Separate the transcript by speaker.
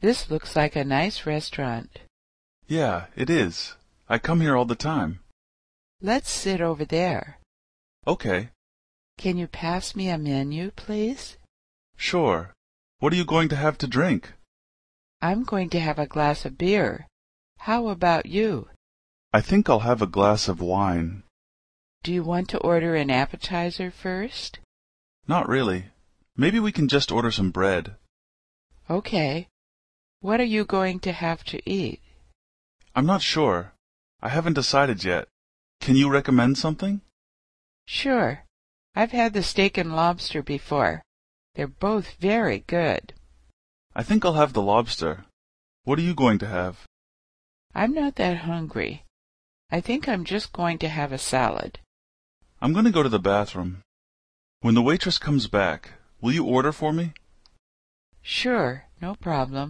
Speaker 1: This looks like a nice restaurant.
Speaker 2: Yeah, it is. I come here all the time.
Speaker 1: Let's sit over there.
Speaker 2: Okay,
Speaker 1: Can you pass me a menu, please?
Speaker 2: sure. What are you going to have to drink?
Speaker 1: I'm going to have a glass of beer. How about you?
Speaker 2: I think I'll have a glass of wine.
Speaker 1: Do you want to order an appetizer first?
Speaker 2: Not really. Maybe we can just order some bread.
Speaker 1: Okay. What are you going to have to eat?
Speaker 2: I'm not sure. I haven't decided yet. Can you recommend something?
Speaker 1: Sure. I've had the steak and lobster before. They're both very good.
Speaker 2: I think I'll have the lobster. What are you going to have?
Speaker 1: I'm not that hungry. I think I'm just going to have a salad.
Speaker 2: I'm going to go to the bathroom. When the waitress comes back, will you order for me?
Speaker 1: Sure, no problem.